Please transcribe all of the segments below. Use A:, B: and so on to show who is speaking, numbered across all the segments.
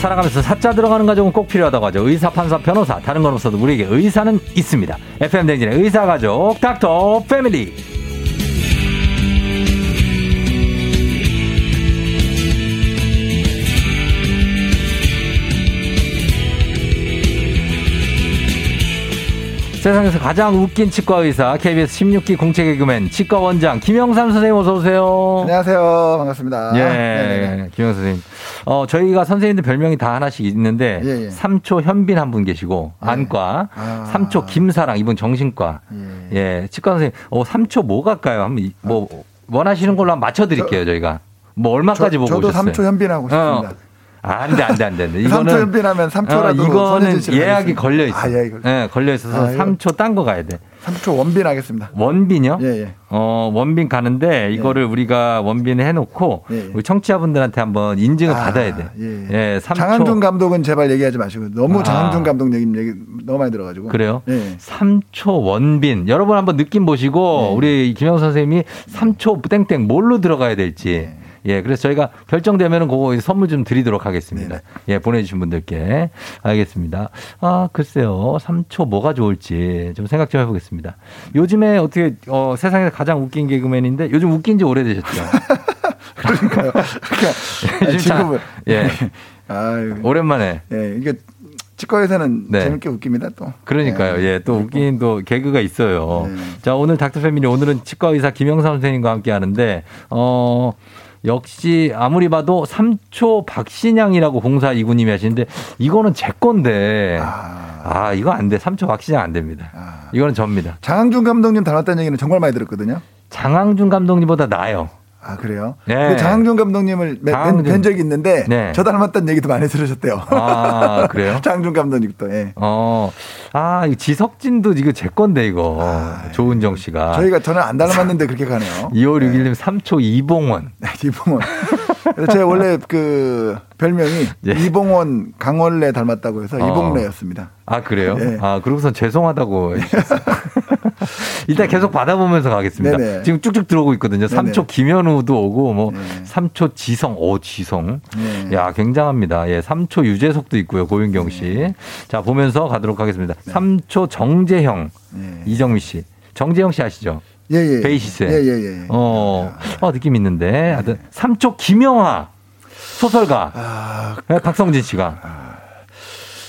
A: 살아가면서 사자 들어가는 가족은 꼭 필요하다고 하죠. 의사, 판사, 변호사, 다른 건 없어도 우리에게 의사는 있습니다. FM 댕진의 의사 가족 닥터 패밀리. 세상에서 가장 웃긴 치과 의사 KBS 16기 공채 개그맨 치과 원장 김영삼 선생님 어서 오세요.
B: 네, 안녕하세요. 반갑습니다.
A: 예,
B: 아, 네네네.
A: 김영 선생님. 어, 저희가 선생님들 별명이 다 하나씩 있는데
B: 예, 예.
A: 삼초 현빈 한 분 계시고
B: 예.
A: 안과,
B: 아.
A: 삼초 김사랑 이분 정신과. 예.
B: 예. 아.
A: 치과 선생님. 어, 삼초 뭐 갈까요? 한번 이- 뭐 원하시는 걸로 한번 맞춰 드릴게요, 저희가. 뭐
B: 저,
A: 얼마까지 보고
B: 저도
A: 오셨어요? 아,
B: 3초 현빈하고 싶습니다.
A: 안돼 안돼 안돼 안돼 어,
B: 삼초 연빈하면 삼초라도
A: 이거는
B: 손예진 씨를
A: 예약이
B: 가겠습니다.
A: 걸려 있어.
B: 아, 예약이 걸려
A: 예, 걸려 있어서
B: 아, 이거-
A: 삼 3초 딴 거 가야 돼.
B: 3초 원빈 하겠습니다.
A: 원빈요?
B: 예, 예.
A: 어, 원빈 가는데 이거를 우리가 원빈 해놓고
B: 예, 예.
A: 우리 청취자분들한테 한번 인증을
B: 아,
A: 받아야 돼.
B: 예.
A: 예, 삼 3초.
B: 장항준 감독은 제발 얘기하지 마시고 너무
A: 아.
B: 장항준 감독 얘기, 얘기 너무 많이 들어가지고.
A: 그래요?
B: 예.
A: 삼 3초 원빈. 여러분 한번 느낌 보시고 우리 김영 선생님이 3초 땡땡 뭘로 들어가야 될지. 예, 그래서 저희가 결정되면은 그거 선물 좀 드리도록
B: 네,
A: 하겠습니다. 예, 보내주신 분들께. 알겠습니다. 아, 글쎄요. 3초 뭐가 좋을지 좀 생각 좀 해보겠습니다. 요즘에 어떻게, 어, 세상에서 가장 웃긴 개그맨인데 요즘 웃긴 지 오래되셨죠?
B: 그러니까요. 그러니까 아니,
A: 요즘 참-
B: 지금은
A: 예.
B: 아유.
A: 오랜만에.
B: 예. 이게 치과에서는
A: 네.
B: 재밌게 웃깁니다 또.
A: 그러니까요. 예, 또 웃긴 또 개그가 있어요.
B: 네.
A: 자, 오늘 닥터 패밀리 오늘은 치과 의사 김영삼 선생님과 함께 하는데 어 역시 아무리 봐도 삼초 박신양이라고 공사 이구님이 하시는데 이거는 제 건데
B: 아.
A: 아 이거 안 돼. 삼초 박신양 안 됩니다.
B: 아.
A: 이거는 접니다.
B: 장항준 감독님 닮았다는 얘기는 정말 많이 들었거든요.
A: 장항준 감독님보다 나아요.
B: 아 그래요?
A: 네.
B: 그 장항준 감독님을 매- 뵌,
A: 장항준.
B: 뵌 적이 있는데
A: 네.
B: 저 닮았다는 얘기도 많이 들으셨대요.
A: 아, 그래요?
B: 장항준 감독님도 예.
A: 어, 아, 이 지석진도 이거 제 건데 이거
B: 아,
A: 조은정 씨가
B: 저희가 저는 안 닮았는데 그렇게 가네요.
A: 2561님 삼초 이봉원
B: 네, 이봉원. 그래서 제 원래 그 별명이
A: 예.
B: 이봉원 강원래 닮았다고 해서
A: 어.
B: 이봉래였습니다.
A: 아 그래요?
B: 예.
A: 아 그러고선 죄송하다고 해주셨어요. 일단 계속 받아보면서 가겠습니다.
B: 네네.
A: 지금 쭉쭉 들어오고 있거든요.
B: 네네.
A: 삼 3초 김현우도 오고 뭐
B: 네.
A: 삼 3초 지성, 오 지성,
B: 네.
A: 야 굉장합니다. 예, 3초 유재석도 있고요 고윤경 씨.
B: 네.
A: 자 보면서 가도록 하겠습니다. 삼 3초 정재형,
B: 네.
A: 이정미 씨, 정재형 씨 아시죠?
B: 예, 예.
A: 베이시스.
B: 예, 예, 예. 예.
A: 어, 어 느낌
B: 네.
A: 있는데. 하여튼 3초 김영하 소설가
B: 아,
A: 예, 박성진 씨가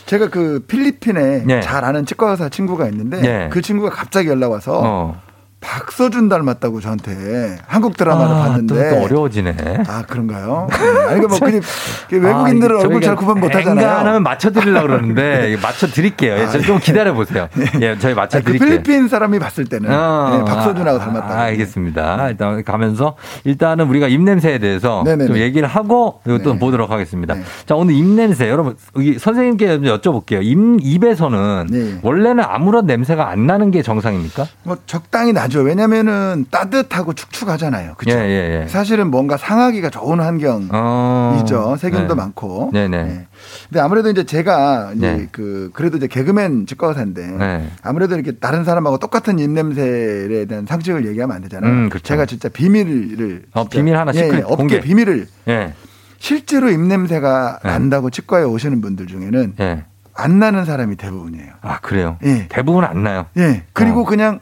B: 제가 그 필리핀에
A: 예.
B: 잘 아는 치과 의사 친구가 있는데
A: 예.
B: 그 친구가 갑자기 연락 와서
A: 어.
B: 박서준 닮았다고 저한테 한국
A: 아,
B: 드라마를
A: 또,
B: 봤는데
A: 또 어려워지네.
B: 아 그런가요? 음, 아니 그뭐 그냥 그 외국인들은
A: 아,
B: 얼굴
A: 저희가
B: 잘
A: 안
B: 구분
A: 하면
B: 못하잖아요. 아,
A: 맞춰드리려고 그러는데 맞춰드릴게요. 예, 저- 좀 기다려보세요. 예, 저희
B: 네. 아니, 그
A: 맞춰드릴게요.
B: 필리핀 사람이 봤을 때는
A: 어,
B: 네, 박서준하고
A: 아,
B: 닮았다.
A: 아, 알겠습니다. 일단 가면서 일단은 우리가 입냄새에 대해서
B: 네네네.
A: 좀 얘기를 하고 이것도
B: 네.
A: 보도록 하겠습니다.
B: 네.
A: 자, 오늘 입냄새 여러분 여기 선생님께 좀 여쭤볼게요. 입 입에서는
B: 네.
A: 원래는 아무런 냄새가 안 나는 게 정상입니까?
B: 뭐 적당히 나죠. 왜냐면은 따뜻하고 축축하잖아요. 그죠?
A: 예, 예, 예.
B: 사실은 뭔가 상하기가 좋은 환경.
A: 어.
B: 이죠
A: 네.
B: 세균도 많고.
A: 네네.
B: 네. 근데 아무래도 이제 제가 이제
A: 네.
B: 그 그래도 이제 개그맨 치과사인데
A: 네.
B: 아무래도 이렇게 다른 사람하고 똑같은 입 냄새에 대한 상식을 얘기하면 안 되잖아요.
A: 음, 그렇죠.
B: 제가 진짜 비밀을
A: 어,
B: 진짜
A: 비밀 하나
B: 예,
A: 시크릿
B: 예, 업계
A: 공개.
B: 비밀을
A: 예.
B: 실제로 입 냄새가
A: 네.
B: 난다고 치과에 오시는 분들 중에는
A: 예.
B: 안 나는 사람이 대부분이에요.
A: 아, 그래요.
B: 예.
A: 대부분 안 나요.
B: 예. 그리고
A: 어.
B: 그냥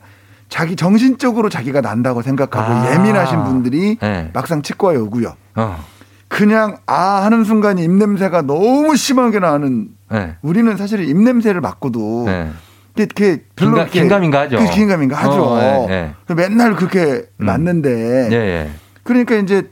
B: 자기 정신적으로 자기가 난다고 생각하고
A: 아.
B: 예민하신 분들이
A: 네.
B: 막상 치과에 오고요.
A: 어.
B: 그냥 아 하는 순간 입 냄새가 너무 심하게 나는
A: 예.
B: 우리는 사실 입 냄새를 맡고도
A: 네.
B: 이렇게 별로
A: 긴가-
B: 이렇게
A: 긴가민가 하죠.
B: 그 긴가민가 하죠.
A: 어, 예,
B: 맨날 그렇게
A: 음.
B: 맡는데
A: 예, 예.
B: 그러니까 이제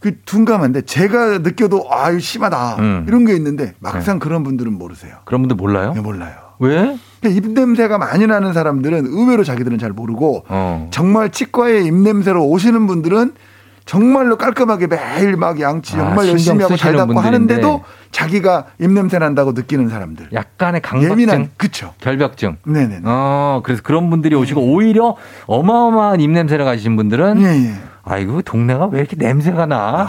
B: 그 둔감한데 제가 느껴도 아유 심하다
A: 음. 네.
B: 이런 게 있는데 막상 그런 분들은 모르세요.
A: 그런 분들 몰라요?
B: 네, 몰라요. 그러니까
A: 왜?
B: 입 냄새가 많이 나는 사람들은 의외로 자기들은 잘 모르고
A: 어.
B: 정말 치과에 입냄새로 오시는 분들은 정말로 깔끔하게 매일 막 양치
A: 아,
B: 정말 열심히
A: 신경
B: 하고 잘
A: 쓰시는
B: 닦고
A: 분들인데.
B: 하는데도 자기가 입냄새 난다고 느끼는 사람들.
A: 약간의 강박증,
B: 예민한 그쵸.
A: 결벽증.
B: 네네.
A: 어, 그래서 그런 분들이 오시고 오히려 어마어마한 입냄새를 가지신 분들은
B: 예, 예.
A: 아이고 동네가 왜 이렇게 냄새가 나?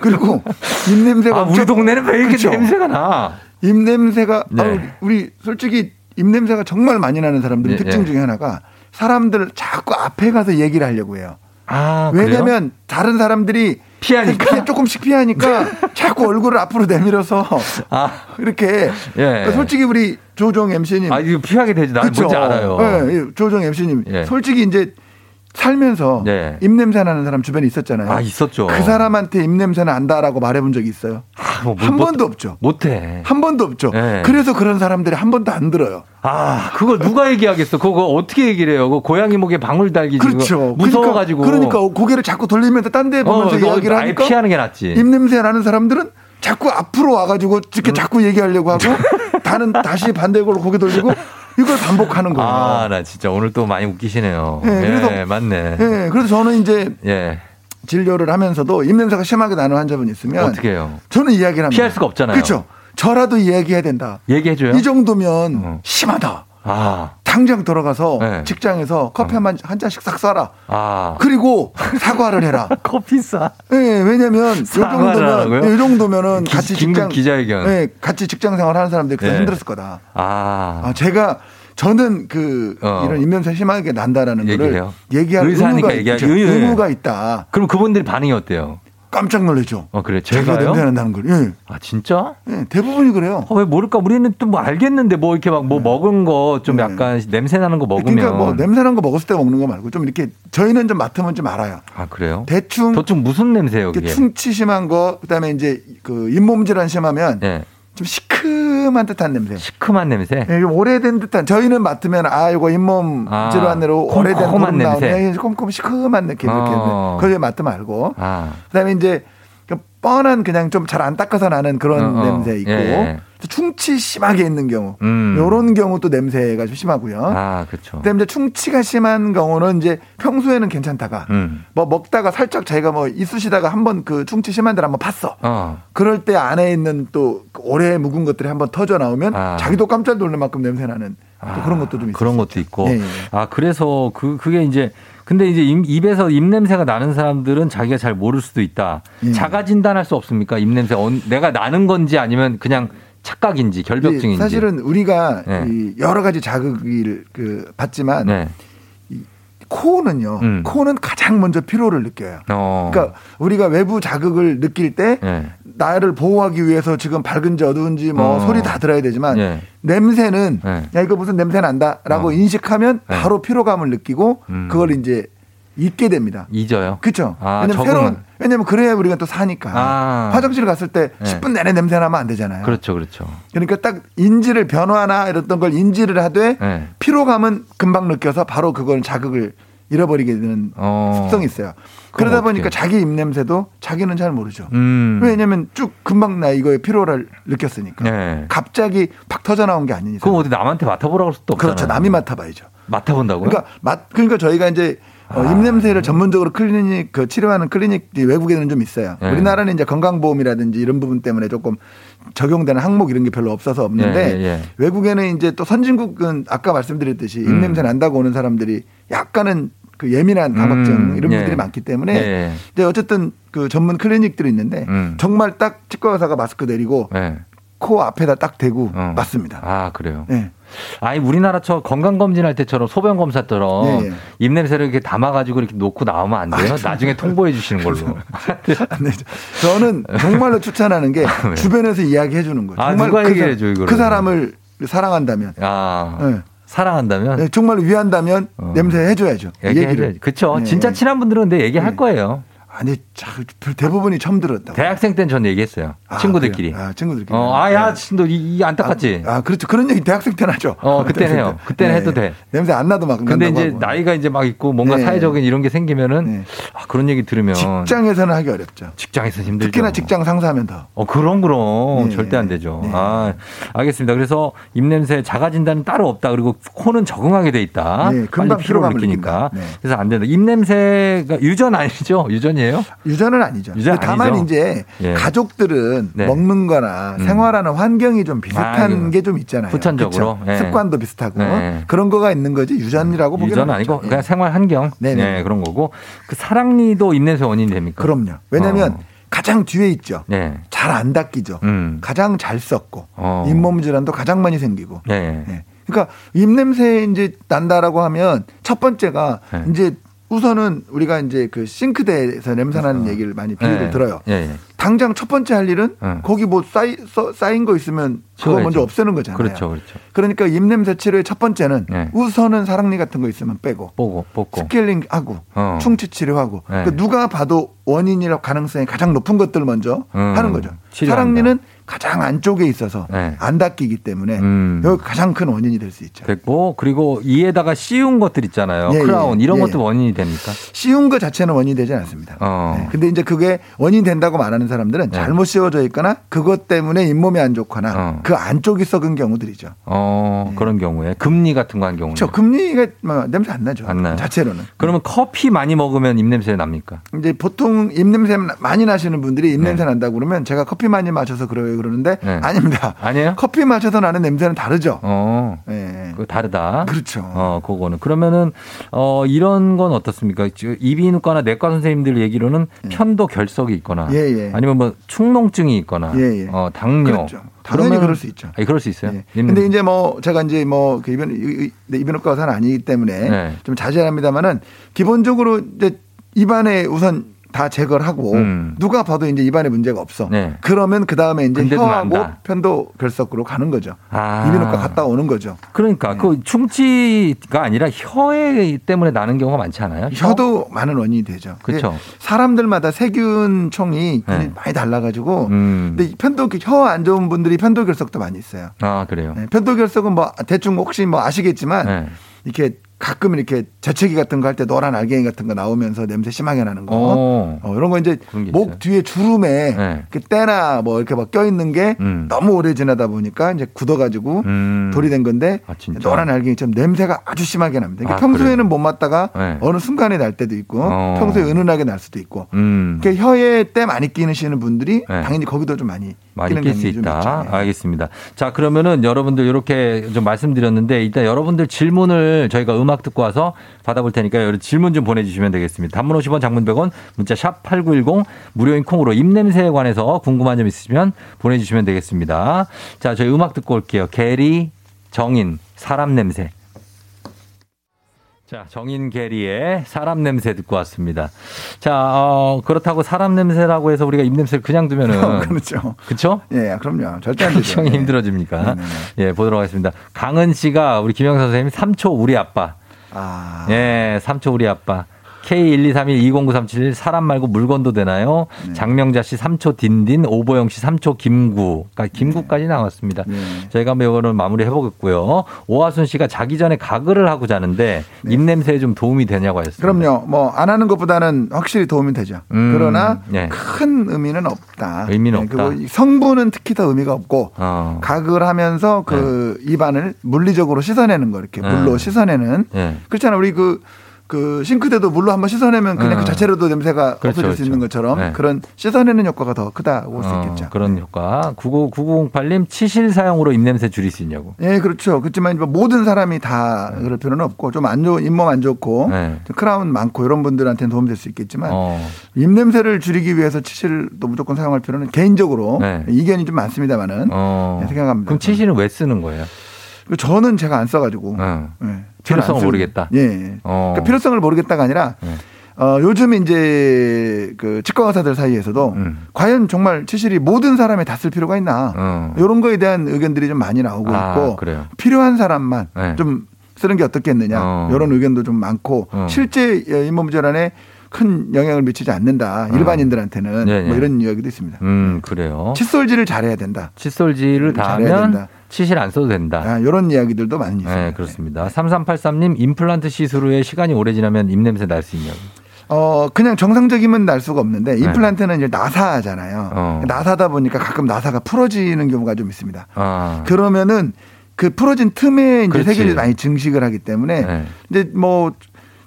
B: 그리고 입냄새가
A: 아, 우리
B: 아, 엄청-
A: 동네는 왜 이렇게
B: 그쵸?
A: 냄새가 나?
B: 입냄새가
A: 네.
B: 아우, 우리 솔직히 입냄새가 정말 많이 나는 사람들의
A: 예,
B: 특징
A: 예.
B: 중에 하나가 사람들 자꾸 앞에 가서 얘기를 하려고 해요.
A: 아, 그래요?
B: 왜냐면 다른 사람들이
A: 피하니까.
B: 피- 조금씩 피하니까 자꾸 얼굴을 앞으로 내밀어서
A: 아,
B: 이렇게 그러니까
A: 예.
B: 솔직히 우리 조종 MC님 예,
A: 아, 이거 피하게 되지. 나는 뭔지 알아요.
B: 네. 조정 MC님
A: 예.
B: 솔직히 이제 살면서
A: 예.
B: 입냄새 나는 사람 주변에 있었잖아요.
A: 아, 있었죠.
B: 그 사람한테 입냄새 난다라고 말해본 적이 있어요.
A: 아, 뭐,
B: 한
A: 못-
B: 번도 없죠.
A: 못해.
B: 한 번도 없죠.
A: 예.
B: 그래서 그런 사람들이 한 번도 안 들어요.
A: 아, 그걸 누가 얘기하겠어? 그거 어떻게 얘기를 해요? 그 고양이 목에 방울 달기 지금
B: 그렇죠.
A: 무서워가지고.
B: 그러니까, 그러니까 고개를 자꾸 돌리면서 딴 데 보면서
A: 어, 너
B: 이야기를
A: 아예
B: 하니까
A: 피하는 게 낫지. 음.
B: 입냄새 나는 사람들은 자꾸 앞으로 와가지고 이렇게 자꾸 얘기하려고 하고 나는 다시 반대골로 고개 돌리고 이걸 반복하는 거예요.
A: 아, 나 진짜 오늘 또 많이 웃기시네요.
B: 예, 그래서-
A: 예, 맞네.
B: 예, 그래서 저는 이제
A: 예.
B: 진료를 하면서도 입냄새가 심하게 나는 환자분 있으면
A: 어떻게 해요?
B: 저는 이야기를 합니다.
A: 피할 수가 없잖아요.
B: 그렇죠. 저라도 이야기해야 된다.
A: 얘기해줘요.
B: 이 정도면
A: 어.
B: 심하다.
A: 아,
B: 당장 돌아가서
A: 네.
B: 직장에서 커피 한, 잔- 한 잔씩 싹 쏴라.
A: 아.
B: 그리고 사과를 해라.
A: 커피 싸.
B: 예, 왜냐면 이
A: 사과를
B: 정도면
A: 하라고요?
B: 이 정도면은
A: 기-
B: 같이
A: 긴급
B: 직장
A: 기자회견.
B: 예, 같이 직장 생활하는 사람들이 그때
A: 예.
B: 힘들었을 거다.
A: 아.
B: 아, 제가 저는 그
A: 어.
B: 이런 입냄새 심하게 난다라는
A: 얘기해요?
B: 거를 얘기할
A: 의사니까
B: 의무가,
A: 얘기하-
B: 있죠.
A: 의- 의-
B: 의무가 있다.
A: 그럼 그분들 반응이 어때요?
B: 깜짝 놀라죠.
A: 어, 그래.
B: 자기가
A: 제가요?
B: 냄새 난다는 걸. 예.
A: 아, 진짜?
B: 예, 대부분이 그래요.
A: 어, 왜 모를까? 우리는 또 뭐 알겠는데 뭐 이렇게 막 뭐 먹은 거 좀
B: 네.
A: 약간 냄새 나는 거 먹으면.
B: 그러니까 뭐 냄새난 거 먹었을 때 먹는 거 말고 좀 이렇게 저희는 좀 맡으면 좀 알아요.
A: 아, 그래요?
B: 대충
A: 도대체 무슨 냄새예요,
B: 이렇게
A: 그게?
B: 충치 심한 거 그다음에 이제 그 잇몸 질환 심하면
A: 예.
B: 좀 시큼한 듯한 냄새.
A: 시큼한 냄새?
B: 예, 오래된 듯한 저희는 맡으면 아 이거 잇몸
A: 네. 아,
B: 질환으로 오래된
A: 꼼꼼한
B: 구름 나오네.
A: 냄새.
B: 예, 꼼꼼 시큼한 느낌 이렇게
A: 어.
B: 그걸 맡으면 알고.
A: 아.
B: 그다음에 이제 그 뻔한 그냥 좀 잘 안 닦아서 나는 그런
A: 어, 어.
B: 냄새 있고
A: 예, 예.
B: 또 충치 심하게 있는 경우
A: 음.
B: 요런 경우 또 냄새가 좀 심하고요.
A: 아, 그렇죠.
B: 그다음에 이제 충치가 심한 경우는 이제 평소에는 괜찮다가
A: 음.
B: 뭐 먹다가 살짝 자기가 뭐 있으시다가 한번 그 충치 심한 데를 한번 봤어.
A: 어.
B: 그럴 때 안에 있는 또그 오래 묵은 것들이 한번 터져 나오면
A: 아.
B: 자기도 깜짝 놀랄 만큼 냄새 나는 아, 또 그런 것도 좀 있어요.
A: 그런 것도 있고.
B: 예, 예.
A: 아, 그래서 그, 그게 이제, 근데 이제 입, 입에서 입냄새가 나는 사람들은 자기가 잘 모를 수도 있다.
B: 예.
A: 자가 진단할 수 없습니까? 입냄새. 언- 내가 나는 건지 아니면 그냥 착각인지 결벽증인지.
B: 예, 사실은 우리가
A: 예.
B: 이 여러 가지 자극을 그 받지만
A: 네.
B: 코는요.
A: 음.
B: 코는 가장 먼저 피로를 느껴요.
A: 어.
B: 그러니까 우리가 외부 자극을 느낄 때
A: 예.
B: 나를 보호하기 위해서 지금 밝은지 어두운지 뭐
A: 어.
B: 소리 다 들어야 되지만
A: 예.
B: 냄새는
A: 예.
B: 야 이거 무슨 냄새 난다라고
A: 어.
B: 인식하면
A: 예.
B: 바로 피로감을 느끼고
A: 음.
B: 그걸 이제 잊게 됩니다.
A: 잊어요.
B: 그렇죠.
A: 아,
B: 왜냐면
A: 적응을.
B: 새로운 왜냐면 그래야 우리가 또 사니까
A: 아.
B: 화장실 갔을 때
A: 예.
B: 10분 내내 냄새 나면 안 되잖아요.
A: 그렇죠, 그렇죠.
B: 그러니까 딱 인지를 변화나 이랬던 걸 인지를 하되
A: 예.
B: 피로감은 금방 느껴서 바로 그걸 자극을 잃어버리게 되는
A: 어.
B: 습성이 있어요.
A: 그럼
B: 그러다
A: 어떡해요?
B: 보니까 자기 입냄새도 자기는 잘 모르죠.
A: 음.
B: 왜냐면 쭉 금방 나 이거에 피로를 느꼈으니까.
A: 예.
B: 갑자기 팍 터져 나온 게 아니니까.
A: 그럼 어디 남한테 맡아보라고 할 수도 없잖아요.
B: 그렇죠. 남이 맡아봐야죠.
A: 맡아본다고요?
B: 그러니까 맛 그러니까 저희가 이제 어,
A: 아.
B: 입냄새를 전문적으로 클리닉 그 치료하는 클리닉이 외국에는 좀 있어요.
A: 예.
B: 우리나라는 이제 건강보험이라든지 이런 부분 때문에 조금 적용되는 항목 이런 게 별로 없어서 없는데
A: 예, 음. 예, 예.
B: 외국에는 이제 또 선진국은 아까 말씀드렸듯이 입냄새 난다고 오는 사람들이 약간은 그 예민한 감각증
A: 음,
B: 이런
A: 예.
B: 분들이 많기 때문에
A: 예.
B: 이제 어쨌든 그 전문 클리닉들이 있는데
A: 음.
B: 정말 딱 치과 의사가 마스크 내리고
A: 예.
B: 코 앞에다 딱 대고
A: 어.
B: 맞습니다.
A: 아, 그래요.
B: 예.
A: 아니 우리나라 저 건강 검진할 때처럼 소변 검사처럼
B: 예, 아, 예.
A: 입냄새를 이렇게 담아가지고 이렇게 놓고 나오면 안 돼요. 나중에 통보해 주시는 걸로.
B: 네, 저는 정말로 추천하는 게
A: 왜요?
B: 주변에서 이야기해 주는 거예요.
A: 네. 아,
B: 정말
A: 누가
B: 그
A: 얘기해
B: 사람-
A: 줘, 이거를.
B: 그 사람을 사랑한다면,
A: 아
B: 네.
A: 사랑한다면
B: 네, 정말로 위한다면
A: 아. 어.
B: 냄새 해줘야죠.
A: 얘기해
B: 얘기를.
A: 줘야지. 그쵸.
B: 네.
A: 진짜 친한 분들은 근데 얘기할
B: 네.
A: 거예요.
B: 아니, 자, 대부분이 처음 들었다고.
A: 대학생 때는 전 얘기했어요.
B: 아,
A: 친구들끼리.
B: 그래요? 아, 친구들끼리.
A: 어, 아야,
B: 네.
A: 진도 이, 이 안타깝지.
B: 아, 그렇죠. 그런 얘기 대학생 때는 하죠.
A: 어, 그때는 해요. 그때는 해도 돼.
B: 냄새 안 나도 막.
A: 근데
B: 난다고
A: 이제
B: 하고.
A: 나이가 이제 막 있고 뭔가
B: 네.
A: 사회적인 이런 게 생기면은
B: 네.
A: 아, 그런 얘기 들으면
B: 직장에서는 하기 어렵죠.
A: 에서 힘들죠. 뭐.
B: 특히나 직장 상사하면 더.
A: 어, 그럼, 그럼.
B: 네.
A: 절대 안 되죠.
B: 네.
A: 아, 알겠습니다. 그래서 입냄새 자가진단은 따로 없다. 그리고 코는 적응하게 돼 있다.
B: 네, 금방
A: 빨리 피로를
B: 피로감을
A: 느끼니까.
B: 느낀다. 네.
A: 그래서 안 된다. 입냄새가 유전 아니죠? 유전이에요?
B: 유전은 아니죠.
A: 유전
B: 근데 다만
A: 아니죠.
B: 이제
A: 예.
B: 가족들은
A: 네.
B: 먹는 거나
A: 음.
B: 생활하는 환경이 좀 비슷한
A: 아, 예.
B: 게 좀 있잖아요.
A: 후천적으로.
B: 그쵸?
A: 예.
B: 습관도 비슷하고
A: 네. 음.
B: 그런 거가 있는 거지 유전이라고 보기는 그렇죠.
A: 유전 아니고 그냥 생활 환경. 네,
B: 네네.
A: 그런 거고. 그 사랑니도 입냄새 원인이 됩니까?
B: 예. 그럼요. 왜냐하면
A: 어.
B: 가장 뒤에 있죠.
A: 네.
B: 잘 안 닦이죠.
A: 음.
B: 가장 잘 썩고
A: 어.
B: 잇몸 질환도 가장 많이 생기고.
A: 네.
B: 예. 그러니까 입냄새 이제 난다라고 하면 첫 번째가
A: 네.
B: 이제 우선은 우리가 이제 그 싱크대에서
A: 아.
B: 냄새나는 얘기를 많이 비유를
A: 예.
B: 들어요.
A: 예, 예.
B: 당장 첫 번째 할 일은
A: 응.
B: 거기 뭐 쌓이, 써- 쌓인 거 있으면 그거
A: 치워야죠.
B: 먼저 없애는 거잖아요.
A: 그렇죠, 그렇죠.
B: 그러니까 입냄새 치료의 첫 번째는
A: 예.
B: 우선은 사랑니 같은 거 있으면 빼고
A: 뽑고, 뽑고.
B: 스케일링 하고
A: 어.
B: 충치 치료하고
A: 네.
B: 그 누가 봐도 원인이라 가능성이 가장 높은 것들 먼저
A: 음,
B: 하는 거죠.
A: 치료한다.
B: 사랑니는 가장 안쪽에 있어서
A: 네.
B: 안 닦이기 때문에
A: 음.
B: 여기 가장 큰 원인이 될 수 있죠.
A: 됐고, 그리고 이에다가 씌운 것들 있잖아요.
B: 예, 예.
A: 크라운, 이런
B: 예,
A: 것도
B: 예.
A: 원인이 됩니까?
B: 씌운 것 자체는 원인이 되지 않습니다.
A: 어.
B: 네. 근데 이제 그게 원인 된다고 말하는
A: 네.
B: 사람들은 잘못 씌워져 있거나 그것 때문에 잇몸이 안 좋거나
A: 어.
B: 그 안쪽이 썩은 경우들이죠.
A: 어, 그런 경우에. 금리 같은 거 한 경우에.
B: 네. 그렇죠. 금리가 막 냄새 안 나죠.
A: 음. 안 나요.
B: 자체로는.
A: 그러면 커피 많이 먹으면 입냄새 납니까?
B: 이제 보통 입냄새 많이 나시는 분들이 입냄새
A: 네.
B: 난다고 그러면 제가 커피 많이 마셔서 그래요 그러는데
A: 네.
B: 아닙니다.
A: 아니에요?
B: 커피 마셔서 나는 냄새는 다르죠.
A: 어.
B: 예.
A: 그 다르다.
B: 그렇죠.
A: 어, 그거는. 그러면은, 어, 이런 건 어떻습니까? 지- 이비인후과나 내과 선생님들 얘기로는 편도 결석이 있거나
B: 네. 예, 예.
A: 아니면 뭐 충농증이 있거나
B: 예, 예.
A: 어, 당뇨.
B: 그렇죠. 당연히
A: 그러면은-
B: 그럴 수 있죠.
A: 아니, 그럴 수 있어요.
B: 예.
A: 입냄-
B: 근데 이제 뭐 제가 이제 뭐그 이변 이- 이- 이변학과 의사는 아니기 때문에
A: 네.
B: 좀 자제합니다만은 기본적으로 이제 입안에 우선 다 제거를 하고
A: 음.
B: 누가 봐도 이제 입안에 문제가 없어.
A: 네.
B: 그러면 그 다음에 이제
A: 근데도
B: 혀하고
A: 난다.
B: 편도 결석으로 가는 거죠.
A: 아.
B: 이비인후과 갔다 예. 오는 거죠.
A: 그러니까 그 충치가 아니라 혀에 때문에 나는 경우가 많지 않아요? 혀?
B: 혀도 많은 원인이 되죠.
A: 그쵸.
B: 이게 사람들마다 세균 총이
A: 네.
B: 많이 달라가지고
A: 음.
B: 근데 이 편도 혀 안 좋은 분들이 편도 결석도 많이 있어요.
A: 아 그래요.
B: 네, 편도 결석은 뭐 대충 혹시 뭐 아시겠지만
A: 네.
B: 이렇게 가끔 이렇게 재채기 같은 거 할 때 노란 알갱이 같은 거 나오면서 냄새 심하게 나는 거
A: 오.
B: 어, 이런 거 이제
A: 그런 게 있어요?
B: 목 뒤에 주름에
A: 네.
B: 그 때나 뭐 이렇게 막 껴있는 게
A: 음.
B: 너무 오래 지나다 보니까 이제 굳어가지고
A: 음.
B: 돌이 된 건데
A: 아, 진짜?
B: 노란 알갱이처럼 냄새가 아주 심하게 납니다. 그러니까
A: 아,
B: 평소에는
A: 그래요?
B: 못 맡다가
A: 네.
B: 어느 순간에 날 때도 있고
A: 어.
B: 평소에 은은하게 날 수도 있고
A: 음.
B: 그러니까 혀에 때 많이 끼시는 분들이
A: 네.
B: 당연히 거기도 좀 많이
A: 많이
B: 끼는
A: 낄 수
B: 경향이 좀
A: 있다.
B: 있죠. 네.
A: 알겠습니다. 자, 그러면은 여러분들 이렇게 좀 말씀드렸는데 일단 여러분들 질문을 저희가 음악 듣고 와서 받아볼 테니까 여러 질문 좀 보내주시면 되겠습니다. 단문 50원, 장문 100원, 문자 샵 #8910 무료인 콩으로 입냄새에 관해서 궁금한 점 있으시면 보내주시면 되겠습니다. 자, 저희 음악 듣고 올게요. 게리 정인 사람 냄새. 자, 정인 게리의 사람 냄새 듣고 왔습니다. 자, 어, 그렇다고 사람 냄새라고 해서 우리가 입냄새를 그냥 두면은
B: 그렇죠.
A: 그쵸?
B: 예, 그럼요. 절대 안 되죠.
A: 형이
B: 예.
A: 힘들어집니까?
B: 네, 네,
A: 예, 보도록 하겠습니다. 강은 씨가 우리 김영선 선생님 3초 우리 아빠.
B: 아,
A: 예, 3초 우리 아빠. K123120937 사람 말고 물건도 되나요?
B: 네.
A: 장명자 씨 3초 딘딘, 오보영 씨 3초 김구. 그러니까 김구까지 나왔습니다.
B: 네.
A: 저희가 한번 이거는 마무리 해보겠고요. 오하순 씨가 자기 전에 가글을 하고 자는데 입냄새에 좀 도움이 되냐고 하셨습니다.
B: 네. 그럼요. 뭐 안 하는 것보다는 확실히 도움이 되죠.
A: 음,
B: 그러나
A: 예.
B: 큰 의미는 없다.
A: 의미는
B: 예,
A: 없다.
B: 그리고 성분은 특히 더 의미가 없고
A: 어. 네.
B: 가글 하면서 그 입안을 물리적으로 씻어내는 거 이렇게 물로
A: 음.
B: 씻어내는
A: 예.
B: 그렇잖아요. 우리 그, 그 싱크대도 물로 한번 씻어내면 그냥
A: 음.
B: 그 자체로도 냄새가
A: 그렇죠,
B: 없어질 수 있는
A: 그렇죠.
B: 것처럼
A: 네.
B: 그런 씻어내는 효과가 더 크다고 볼 수
A: 어,
B: 있겠죠.
A: 그런 효과. 99908님 치실 사용으로 입냄새 줄일 수 있냐고.
B: 예, 그렇죠. 그렇지만 뭐 모든 사람이 다 그럴 필요는 없고 좀 안 좋은 잇몸 안 좋고
A: 네.
B: 좀 크라운 많고 이런 분들한테는 도움될 수 있겠지만
A: 어.
B: 입냄새를 줄이기 위해서 치실도 무조건 사용할 필요는 개인적으로
A: 네.
B: 이견이 좀 많습니다만은
A: 어.
B: 네, 생각합니다.
A: 그럼 치실은 왜 쓰는 거예요?
B: 그리고 저는 제가 안 써가지고
A: 어.
B: 예, 저는 안
A: 필요성을
B: 쓰고.
A: 모르겠다?
B: 예, 예.
A: 어. 네.
B: 그러니까 필요성을 모르겠다가 아니라 어, 요즘 이제 그 치과 의사들 사이에서도
A: 음.
B: 과연 정말 치실이 모든 사람에 다 쓸 필요가 있나
A: 어.
B: 이런 거에 대한 의견들이 좀 많이 나오고
A: 아,
B: 있고
A: 그래요?
B: 필요한 사람만
A: 네.
B: 좀 쓰는 게 어떻겠느냐
A: 어.
B: 이런 의견도 좀 많고
A: 어.
B: 실제 잇몸 질환에 큰 영향을 미치지 않는다 일반인들한테는
A: 네,
B: 뭐
A: 네.
B: 이런 이야기도 있습니다.
A: 음, 그래요.
B: 칫솔질을 잘해야 된다.
A: 칫솔질을 다
B: 네. 음, 잘해야
A: 하면
B: 된다.
A: 치실 안 써도 된다.
B: 아, 이런 이야기들도 많이 있습니다.
A: 네, 그렇습니다. 3383님, 임플란트 시술 후에 시간이 오래 지나면 입냄새 날 수 있냐고.
B: 어 그냥 정상적이면 날 수가 없는데 임플란트는 이제 나사잖아요.
A: 네. 어.
B: 나사다 보니까 가끔 나사가 풀어지는 경우가 좀 있습니다.
A: 아.
B: 그러면은 그 풀어진 틈에 이제
A: 그렇지.
B: 세균이 많이 증식을 하기 때문에
A: 네.
B: 이제 뭐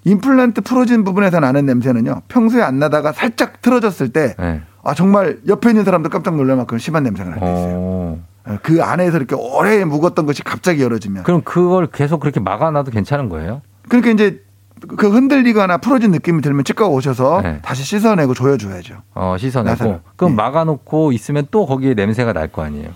B: 임플란트 풀어진 부분에서 나는 냄새는요 평소에 안 나다가 살짝 틀어졌을 때
A: 네.
B: 아, 정말 옆에 있는 사람도 깜짝 놀랄 만큼 심한 냄새가 날 때 있어요.
A: 어.
B: 그 안에서 이렇게 오래 묵었던 것이 갑자기 열어지면
A: 그럼 그걸 계속 그렇게 막아놔도 괜찮은 거예요?
B: 그러니까 이제 그 흔들리거나 풀어진 느낌이 들면 치과 오셔서
A: 네.
B: 다시 씻어내고 조여줘야죠.
A: 어, 씻어내고.
B: 나사로.
A: 그럼
B: 예.
A: 막아놓고 있으면 또 거기에 냄새가 날 거 아니에요?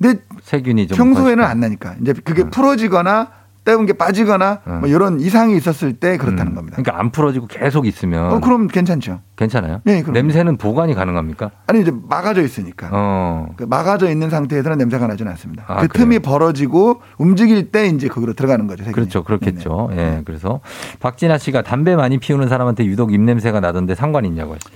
B: 근데
A: 세균이 좀.
B: 평소에는
A: 번식하고. 네.
B: 안 나니까 이제 그게 풀어지거나 때운 게 빠지거나 뭐 이런 이상이 있었을 때 그렇다는
A: 음,
B: 겁니다.
A: 그러니까 안 풀어지고 계속 있으면
B: 어, 그럼 괜찮죠.
A: 괜찮아요?
B: 네, 그럼요.
A: 냄새는 보관이 가능합니까?
B: 아니 이제 막아져 있으니까.
A: 어.
B: 그 막아져 있는 상태에서는 냄새가 나지는 않습니다.
A: 아,
B: 그
A: 그래요?
B: 틈이 벌어지고 움직일 때 이제 거기로 들어가는 거죠. 세균이.
A: 그렇죠.
B: 네네.
A: 그렇겠죠. 예. 그래서 박진아 씨가 담배 많이 피우는 사람한테 유독 입냄새가 나던데 상관 있냐고 하시죠.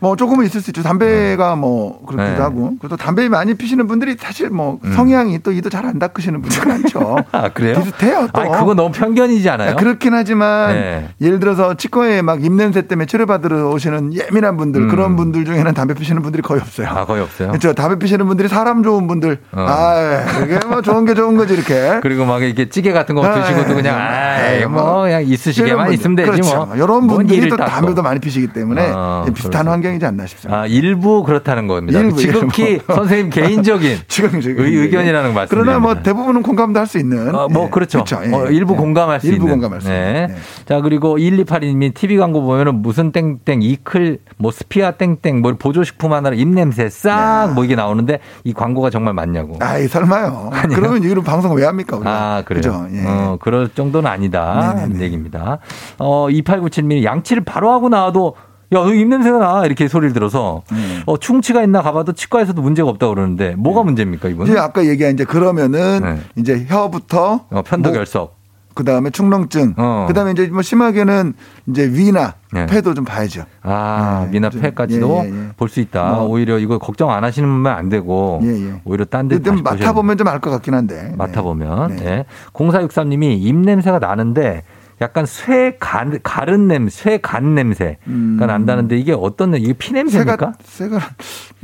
B: 뭐 조금은 있을 수 있죠. 담배가 뭐 그렇기도
A: 네.
B: 하고. 그리고 또 담배 많이 피시는 분들이 사실 뭐
A: 음.
B: 성향이 또 이도 잘 안 닦으시는 분들 많죠.
A: 아, 그래요?
B: 비슷해요. 또.
A: 아, 그거 너무 편견이지 않아요?
B: 아, 그렇긴 하지만
A: 네.
B: 예를 들어서 치과에 막 입냄새 때문에 치료받으러 오시는 예민한 분들
A: 음.
B: 그런 분들 중에는 담배 피시는 분들이 거의 없어요.
A: 아, 거의 없어요.
B: 그렇죠. 담배 피시는 분들이 사람 좋은 분들.
A: 어.
B: 아, 이게 뭐 좋은 게 좋은 거지 이렇게.
A: 그리고 막 이렇게 찌개 같은 거
B: 아,
A: 뭐 드시고도 그냥
B: 아,
A: 아, 뭐 그냥
B: 이런
A: 있으시게만
B: 분들.
A: 있으면 되지
B: 그렇죠.
A: 뭐.
B: 이런
A: 뭔
B: 분들이
A: 일을
B: 또
A: 닦고.
B: 담배도 많이 피시기 때문에 예,
A: 어,
B: 비슷한
A: 그렇죠.
B: 환경이지 않나 싶습니다.
A: 아, 일부 그렇다는 겁니다.
B: 일부, 뭐.
A: 지극히
B: 일부.
A: 선생님 개인적인
B: 지금 지금
A: 의- 의견이라는 거 말씀드립니다.
B: 그러나 뭐 대부분은 공감도 할 수 있는.
A: 어, 뭐
B: 예.
A: 그렇죠.
B: 예.
A: 어, 일부
B: 예.
A: 공감할 수
B: 일부
A: 있는.
B: 공감할 수
A: 네.
B: 있는. 예.
A: 자 그리고 1282님이 TV 광고 보면은 무슨 땡땡 이클 뭐 스피아 땡땡 뭐 보조식품 하나로 입냄새 싹 뭐 이게 나오는데 이 광고가 정말 맞냐고.
B: 아이 설마요. 그러면 이런 방송 왜 합니까 우리가?
A: 아, 그래요.
B: 그죠? 예.
A: 어, 그럴 정도는 아니다.
B: 네네네.
A: 하는 얘기입니다. 어, 2897님이 양치를 바로 하고 나와도 야, 너 입냄새가 나. 이렇게 소리를 들어서
B: 음.
A: 어, 충치가 있나 가봐도 치과에서도 문제가 없다고 그러는데 뭐가
B: 예.
A: 문제입니까, 이분은?
B: 이제 아까 얘기한 이제 그러면은
A: 네.
B: 이제 혀부터
A: 어, 편도결석.
B: 그 다음에 충농증,
A: 어.
B: 그 다음에 이제 뭐 심하게는 이제 위나
A: 네.
B: 폐도 좀 봐야죠.
A: 아,
B: 예,
A: 미나
B: 좀,
A: 폐까지도
B: 예, 예, 예.
A: 볼 수 있다.
B: 뭐.
A: 오히려 이거 걱정 안 하시는 분면안 되고
B: 예, 예.
A: 오히려 딴데
B: 그때 맡아보면 좀 알 것 같긴 한데. 네.
A: 맡아보면.
B: 네.
A: 예. 0463님이 입냄새가 나는데 약간 쇠 간, 가른 냄새, 쇠간 냄새가
B: 음.
A: 난다는데 이게 어떤 냄- 이게 피냄새입니까?
B: 새가 새가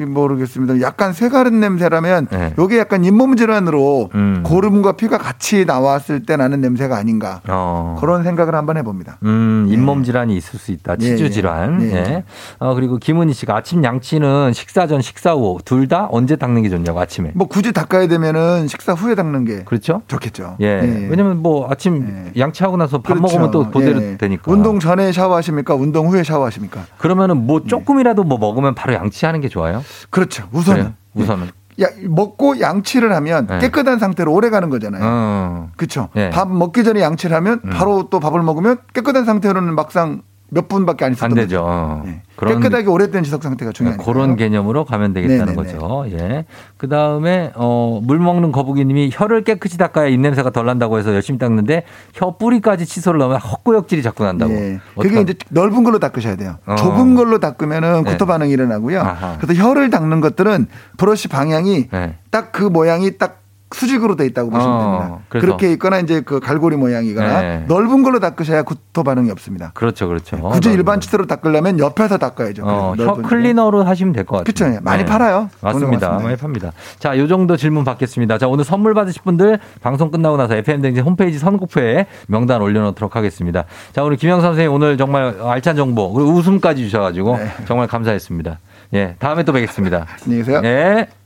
B: 모르겠습니다. 약간 새가른 냄새라면
A: 네.
B: 요게 약간 잇몸 질환으로
A: 음.
B: 고름과 피가 같이 나왔을 때 나는 냄새가 아닌가
A: 어.
B: 그런 생각을 한번 해봅니다.
A: 음,
B: 네.
A: 잇몸 질환이 있을 수 있다.
B: 예,
A: 치주
B: 예.
A: 질환.
B: 예,
A: 예.
B: 예.
A: 어, 그리고 김은희 씨가 아침 양치는 식사 전, 식사 후 둘 다 언제 닦는 게 좋냐고 아침에.
B: 뭐 굳이 닦아야 되면은 식사 후에 닦는 게
A: 그렇죠?
B: 좋겠죠.
A: 예.
B: 예.
A: 왜냐면 뭐 아침 양치하고 나서 밥
B: 그렇죠.
A: 먹으면 또 그대로
B: 예.
A: 되니까.
B: 운동 전에 샤워하십니까? 운동 후에 샤워하십니까?
A: 그러면은 뭐 조금이라도 뭐 먹으면 바로 양치하는 게 좋아요.
B: 그렇죠.
A: 그래요?
B: 우선은
A: 우선은.
B: 야, 먹고 양치를 하면
A: 예.
B: 깨끗한 상태로 오래 가는 거잖아요.
A: 어.
B: 그렇죠.
A: 예. 음.
B: 밥 먹기 전에 양치를 하면 바로 또 밥을 먹으면 깨끗한 상태로는 막상 몇 분밖에 안 있었던
A: 안 되죠. 어.
B: 거죠. 예.
A: 그런 네,
B: 깨끗하게 오래된 지석 상태가 중요하니까.
A: 그런 개념으로 가면 되겠다는
B: 네네네.
A: 거죠. 예. 그 다음에, 어, 물 먹는 거북이님이 혀를 깨끗이 닦아야 입냄새가 덜 난다고 해서 열심히 닦는데 혀 뿌리까지 칫솔을 넣으면 헛구역질이 자꾸 난다고.
B: 예. 그게
A: 어떡하-
B: 이제 넓은 걸로 닦으셔야 돼요.
A: 어.
B: 좁은 걸로 닦으면은
A: 네.
B: 구토 반응이 일어나고요.
A: 아하.
B: 그래서 혀를 닦는 것들은 브러쉬 방향이
A: 네.
B: 딱 그 모양이 딱 수직으로 돼 있다고 보시면
A: 어,
B: 됩니다.
A: 그래서-
B: 그렇게 있거나 이제 그 갈고리 모양이거나
A: 네.
B: 넓은 걸로 닦으셔야 구토 반응이 없습니다.
A: 그렇죠, 그렇죠.
B: 굳이
A: 넓은
B: 일반
A: 거.
B: 치트로 닦으려면 옆에서 닦아야죠.
A: 어,
B: 그래서
A: 혀
B: 넓은
A: 클리너로 하시면 될 것 같아요. 네.
B: 그쵸, 예. 많이 팔아요. 돈도
A: 맞습니다.
B: 많습니다.
A: 많이 팝니다. 자, 요 정도 질문 받겠습니다. 자, 오늘 선물 받으실 분들 방송 끝나고 나서 FM 댕진 홈페이지 선곡표에 명단 올려놓도록 하겠습니다. 자, 오늘 김영 선생님 오늘 정말 알찬 정보, 그리고 웃음까지 주셔가지고
B: 네.
A: 정말 감사했습니다. 예, 다음에 또 뵙겠습니다.
B: 안녕히 계세요.
A: 예.